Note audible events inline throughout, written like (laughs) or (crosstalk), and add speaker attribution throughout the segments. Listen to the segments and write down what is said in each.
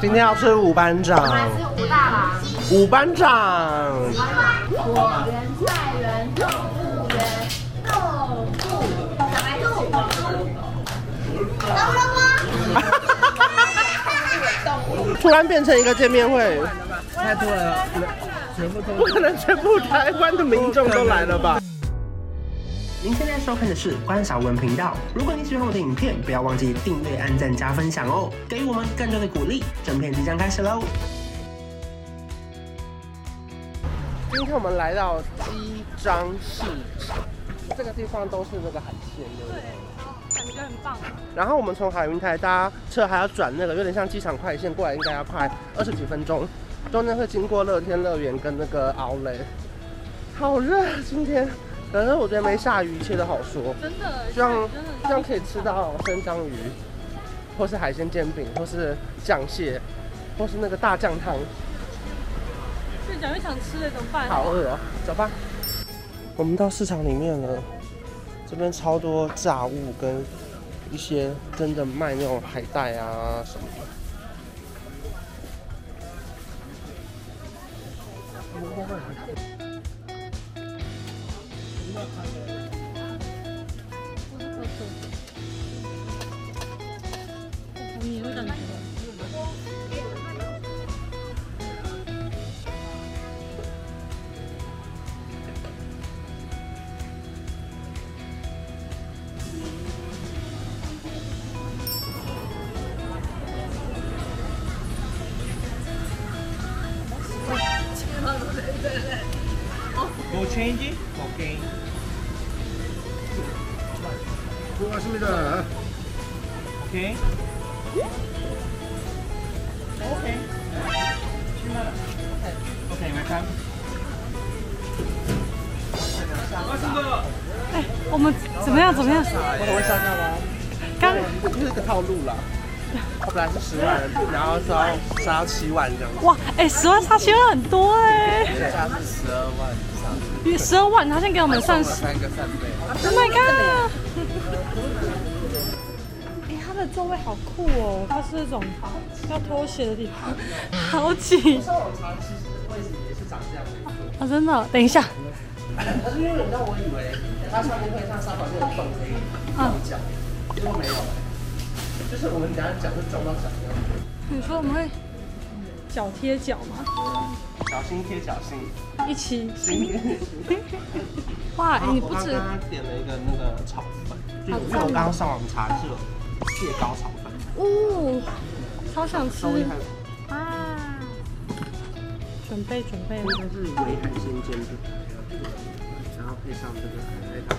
Speaker 1: 今天要吃五班长，
Speaker 2: 是胡大郎，
Speaker 1: 五班长，
Speaker 2: 果园、菜园、动物园、豆腐、小白兔，动了吗？
Speaker 1: 突然变成一个见面会，
Speaker 3: 太多了，全部
Speaker 1: 不
Speaker 3: 都
Speaker 1: 可能全部台湾的民众都来了吧？
Speaker 4: 您现在收看的是关少文频道。如果你喜欢我的影片，不要忘记订阅、按赞、加分享哦，给予我们更多的鼓励。正片即将开始喽！
Speaker 1: 今天我们来到鸡张市场，这个地方都是那个海鲜，对不对？
Speaker 5: 感觉很棒。
Speaker 1: 然后我们从海云台搭车还要转那个，有点像机场快线过来，应该要快二十几分钟，中间会经过乐天乐园跟那个奥雷。好热，啊今天，可是我觉得没下雨，一切都好说。
Speaker 5: 真的，
Speaker 1: 这样
Speaker 5: 真的
Speaker 1: 这样可以吃到生章鱼，或是海鲜煎饼，或是酱蟹，或是那个大酱汤，
Speaker 5: 越讲越想吃了，怎么办？
Speaker 1: 好饿哦！走吧，我们到市场里面了，这边超多炸物跟一些真的卖那种海带啊什么的。
Speaker 5: 你会感觉
Speaker 3: 我 change OK。
Speaker 1: 고맙습니다.
Speaker 3: 오케이. 오케이. 10만 원. 오케이, 웰컴.
Speaker 5: 我们怎么样？怎么样？
Speaker 1: 我很会上下吗？
Speaker 5: 刚
Speaker 1: 就是一个套路啦。他本来是十万，然后是要杀到七万这样
Speaker 5: 哇，哎、十万差千万很多哎、
Speaker 1: 子，下是十二万以上，
Speaker 5: 十二万，他先给我们算十
Speaker 1: 个扇贝。
Speaker 5: ，Oh my god！哎、他的座位好酷哦，他是那种要脱鞋的地方，好挤
Speaker 1: 上网查其实位置也是长这样的，
Speaker 5: 啊！真的，等一下，
Speaker 1: 可是因为你知道，我以为它上面会像沙发那种缝可以放脚，结果没有，欸就是我们等下脚就撞到脚这样子，
Speaker 5: 你说我们会脚贴脚吗？
Speaker 1: 小心贴脚心。
Speaker 5: 一起？
Speaker 1: 我
Speaker 5: 哇，哎你不
Speaker 1: 刚
Speaker 5: 止
Speaker 1: 刚点了一个那个炒粉，就因为我刚刚上网查是有蟹膏炒粉，
Speaker 5: 哦，超想吃
Speaker 1: 稍微还有
Speaker 5: 啊！准备准备，
Speaker 1: 应该是微海鲜煎饼，然后配上这个海带汤。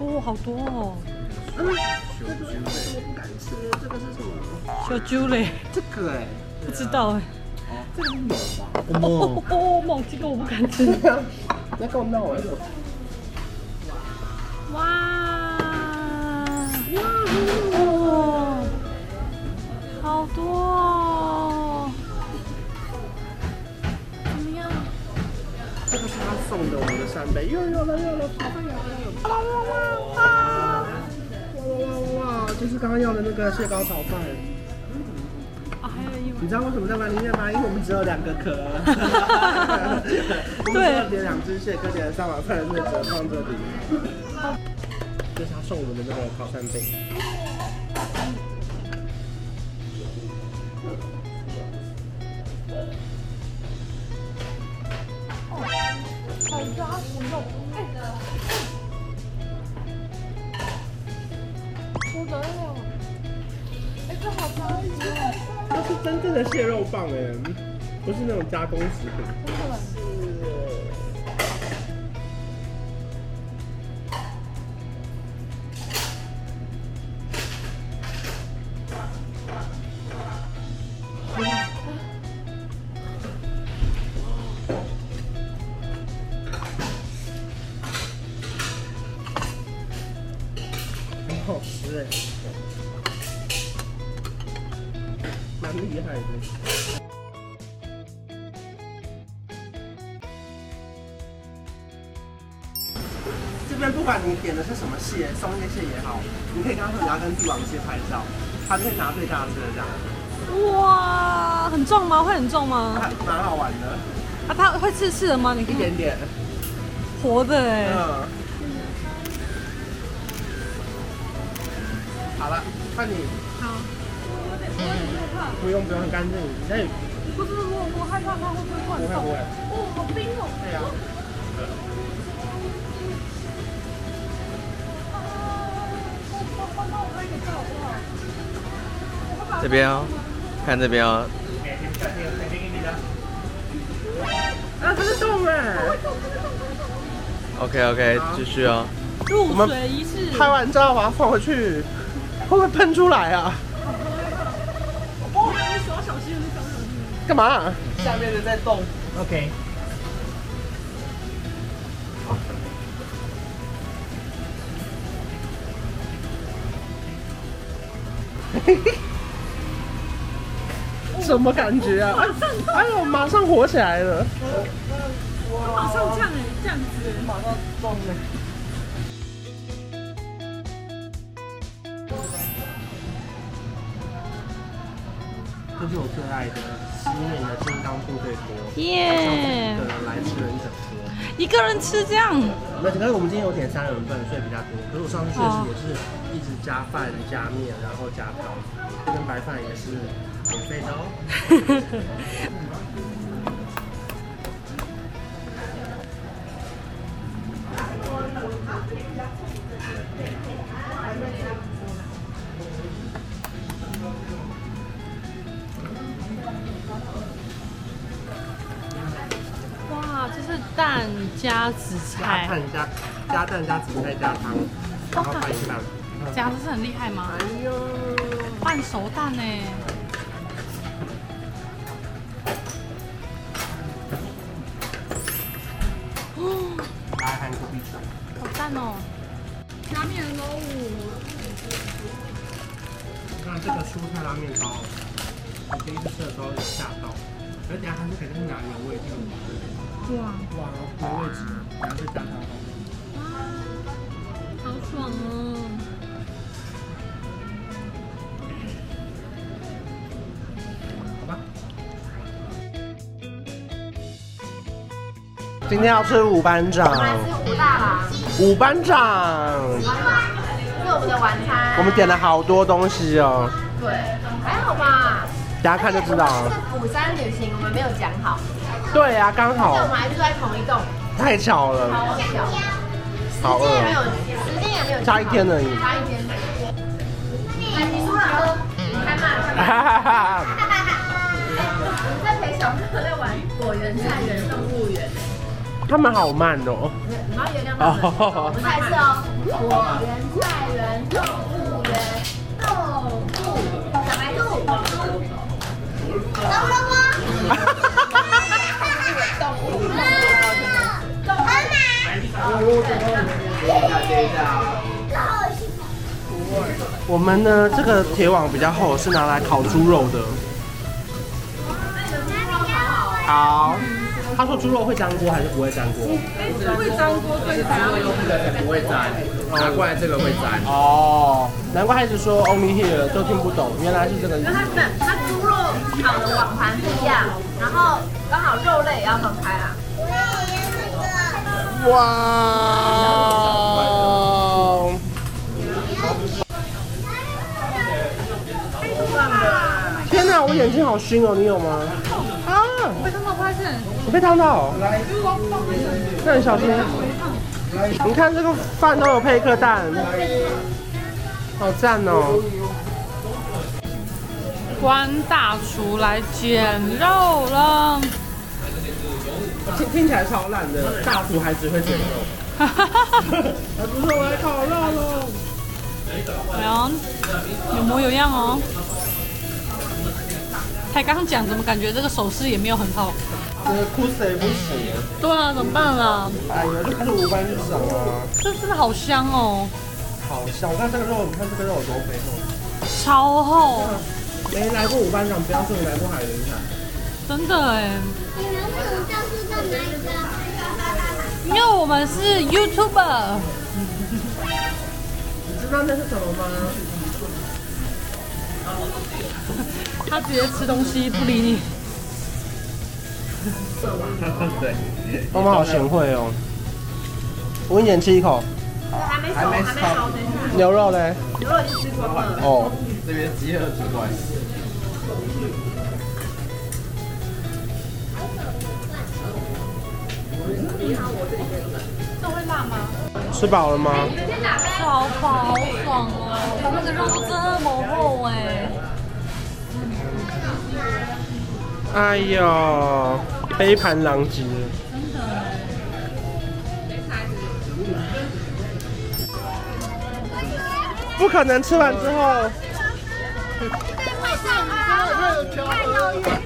Speaker 5: 哦，好多哦，
Speaker 1: 敢吃这个是什么？
Speaker 5: 小猪嘞，
Speaker 1: 这个哎、
Speaker 5: 不知道哎。
Speaker 1: 这个有吧？
Speaker 5: 哦哦，猛这个我不敢吃。
Speaker 1: 那够闹哎！
Speaker 5: 哇！哇！好多哦！怎么样？
Speaker 1: 这个是他送的我们的扇贝，又有了又有了，好棒啊！哇哇哇！哇哇哇！就是刚刚要的那个蟹膏炒饭，
Speaker 5: 啊，还有一碗
Speaker 1: 你知道为什么在碗里面吗？因为我们只有两个壳，我们只有点两只蟹跟点三碗饭，所以只能放这里。这是他送我们的那个烤扇贝。它是真正的蟹肉棒哎、不是那种加工食品。很好吃哎、蛮厉害的。这边不管你点的是什么蟹，松叶蟹也好，你可以跟他说你要跟帝王蟹拍照，他就会拿最大只的这样，
Speaker 5: 哇，很重吗？会很重吗？
Speaker 1: 还蛮好玩的，
Speaker 5: 啊，它会刺刺的吗？你
Speaker 1: 一
Speaker 5: 看
Speaker 1: 点点，
Speaker 5: 活的哎、
Speaker 1: 嗯。好了，换你。嗯
Speaker 5: 好，
Speaker 1: 不用不用，很干净。你可以
Speaker 5: 不是我，我害怕它会不会灌
Speaker 1: 不会不会。
Speaker 5: 哦，好冰哦。
Speaker 1: 对啊。
Speaker 6: 这边哦，看这边哦，
Speaker 1: 啊，它是动哎。
Speaker 6: OK OK，继续哦。
Speaker 5: 入
Speaker 1: 我们
Speaker 5: 水仪式，
Speaker 1: 拍完照把它放回去，会不会喷出来啊？干嘛、啊
Speaker 3: 下面的在动。OK。
Speaker 1: (laughs) 什么感觉
Speaker 3: 哦
Speaker 1: 啊？哎呦，马上火起来了！
Speaker 5: 马上这样哎，这样子。
Speaker 4: 这是我最爱的十年的金刚部队锅，
Speaker 5: 耶、
Speaker 4: 个人来吃了一整锅。
Speaker 5: 一个人吃这样，
Speaker 4: 那可是我们今天有点三人份，所以比较多。可是我上次确实
Speaker 1: 哦
Speaker 4: 也是一直加饭、加面，然后加汤，这跟白饭也是免费的哦。
Speaker 5: 哇，这是蛋加紫
Speaker 4: 加
Speaker 5: 菜
Speaker 4: 碳，加加蛋加紫菜加汤，然后拌一拌。
Speaker 5: 夹的是很厉害吗？
Speaker 4: 哎呦，
Speaker 5: 半熟蛋哎，
Speaker 4: 来韩国必吃。
Speaker 5: 好赞哦！加面喽，
Speaker 4: 那这个蔬菜拉面包，我第一次吃的时候有吓到，而且它是肯定是拿原味进
Speaker 5: 哇，
Speaker 4: 哇，原味值，然后再加汤。
Speaker 5: 好爽哦！
Speaker 1: 今天要吃五班长，
Speaker 2: 吃胡大郎，
Speaker 1: 五班长，
Speaker 2: 这是我们的晚餐。
Speaker 1: 我们点了好多东西哦，
Speaker 2: 对，还好吧。
Speaker 1: 大家看就知道
Speaker 2: 这
Speaker 1: 了。
Speaker 2: 釜山旅行我们没有讲好，
Speaker 1: 对啊，刚
Speaker 2: 但我
Speaker 1: 好
Speaker 2: 们还住在同一栋，
Speaker 1: 太巧
Speaker 2: 好
Speaker 1: 了， (laughs)
Speaker 2: 巧。
Speaker 1: 好
Speaker 2: 时间也没有
Speaker 1: 饿，，
Speaker 2: 时间也没有。
Speaker 1: 差一天而已
Speaker 2: 差一天。哎，你输了哥，你开慢，开慢。
Speaker 1: 哈哈哈哈。
Speaker 2: 我们在陪小朋友在玩果园、菜园、动物园。
Speaker 1: 他们好慢哦， (laughs)
Speaker 2: 你要原谅他们。我们再一次哦，果园、菜园、动物园、动物、小白兔，懂了吗？动物，动物，动物，
Speaker 1: 我们呢这个铁网比较厚，是拿来烤猪肉的。好，他说猪肉会粘锅还是不会粘锅？
Speaker 6: 不会粘，拿过来这个会粘。
Speaker 1: 哦，难怪他一直说 only here 都听不懂，原来是这个意思。
Speaker 2: 它本它猪肉烤的网盘不一样，然后刚好肉类也要分开啦。
Speaker 1: 哇！天哪，我眼睛好熏哦，你有吗？啊！
Speaker 5: 被他们发现，
Speaker 1: 我被烫到。那你小心。你看这个饭都有配一颗蛋，好赞哦！
Speaker 5: 关大厨来捡肉了， (laughs)
Speaker 1: 听听起来超烂的，大厨还只会卷肉。
Speaker 5: 哈哈哈哈！
Speaker 1: 还不是我来烤肉喽。
Speaker 5: 哎呦，有模有样哦。才刚讲，怎么感觉这个手势也没有很好？
Speaker 1: 这个呃哭谁不行？
Speaker 5: 对啊，怎么办啊？
Speaker 1: 哎呀，就开始五班日常啊。
Speaker 5: 这真的好香哦，
Speaker 1: 好香！我看这个肉，你看这个肉有多肥厚。
Speaker 5: 超厚，
Speaker 1: 没来过五班长，不要说没来过海云台。
Speaker 5: 真的哎。
Speaker 7: 你们为什么教室在哪一个？
Speaker 5: 因为我们是 YouTuber，
Speaker 1: 知道那是什么吗？
Speaker 5: 他直接吃东西不理你。
Speaker 8: 对，
Speaker 1: 妈妈好贤惠哦。我一人吃一口
Speaker 6: 还没熟，还没熟，等一下，
Speaker 1: 牛肉嘞。
Speaker 6: 牛肉已经吃光了。
Speaker 1: 哦，
Speaker 8: 这边饥饿之关。
Speaker 5: 这会辣吗？
Speaker 1: 吃饱了吗？
Speaker 5: 超饱，好爽哦！它那个肉这么厚哎，
Speaker 1: 哎呦，杯盘狼藉。不可能吃完之后，
Speaker 6: 快上啊！太遥远了。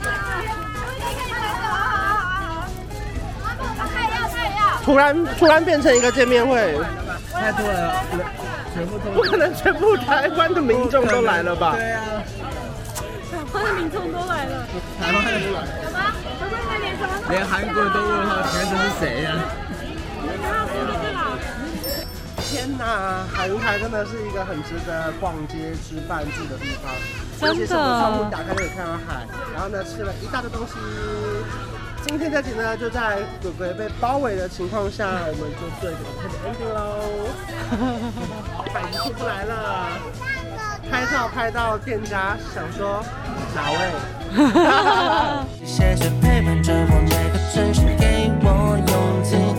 Speaker 6: 太要太要！
Speaker 1: 突然突然变成一个见面会，
Speaker 9: 太多了，全部
Speaker 1: 不
Speaker 9: 都
Speaker 1: 可能全部台湾的民众都来了吧？
Speaker 9: 对啊，
Speaker 5: 台湾的民众都来了，
Speaker 9: 台湾人
Speaker 6: 有吗？昨天那连什么？
Speaker 8: 连韩国都问号，请问这是谁啊呀、
Speaker 1: 天哪，海云台真的是一个很值得逛街、吃饭、住的地方。
Speaker 5: 真的
Speaker 1: 尤其是我窗户打开就可以看到海，然后呢吃了一大堆东西。今天这集呢，就在鬼鬼被包围的情况下，我们就做一个特别 ending 喽。反应出不来了，拍照拍到店家想说哪位？ (laughs)
Speaker 4: 谢谢陪伴着我每个城市，给我勇气。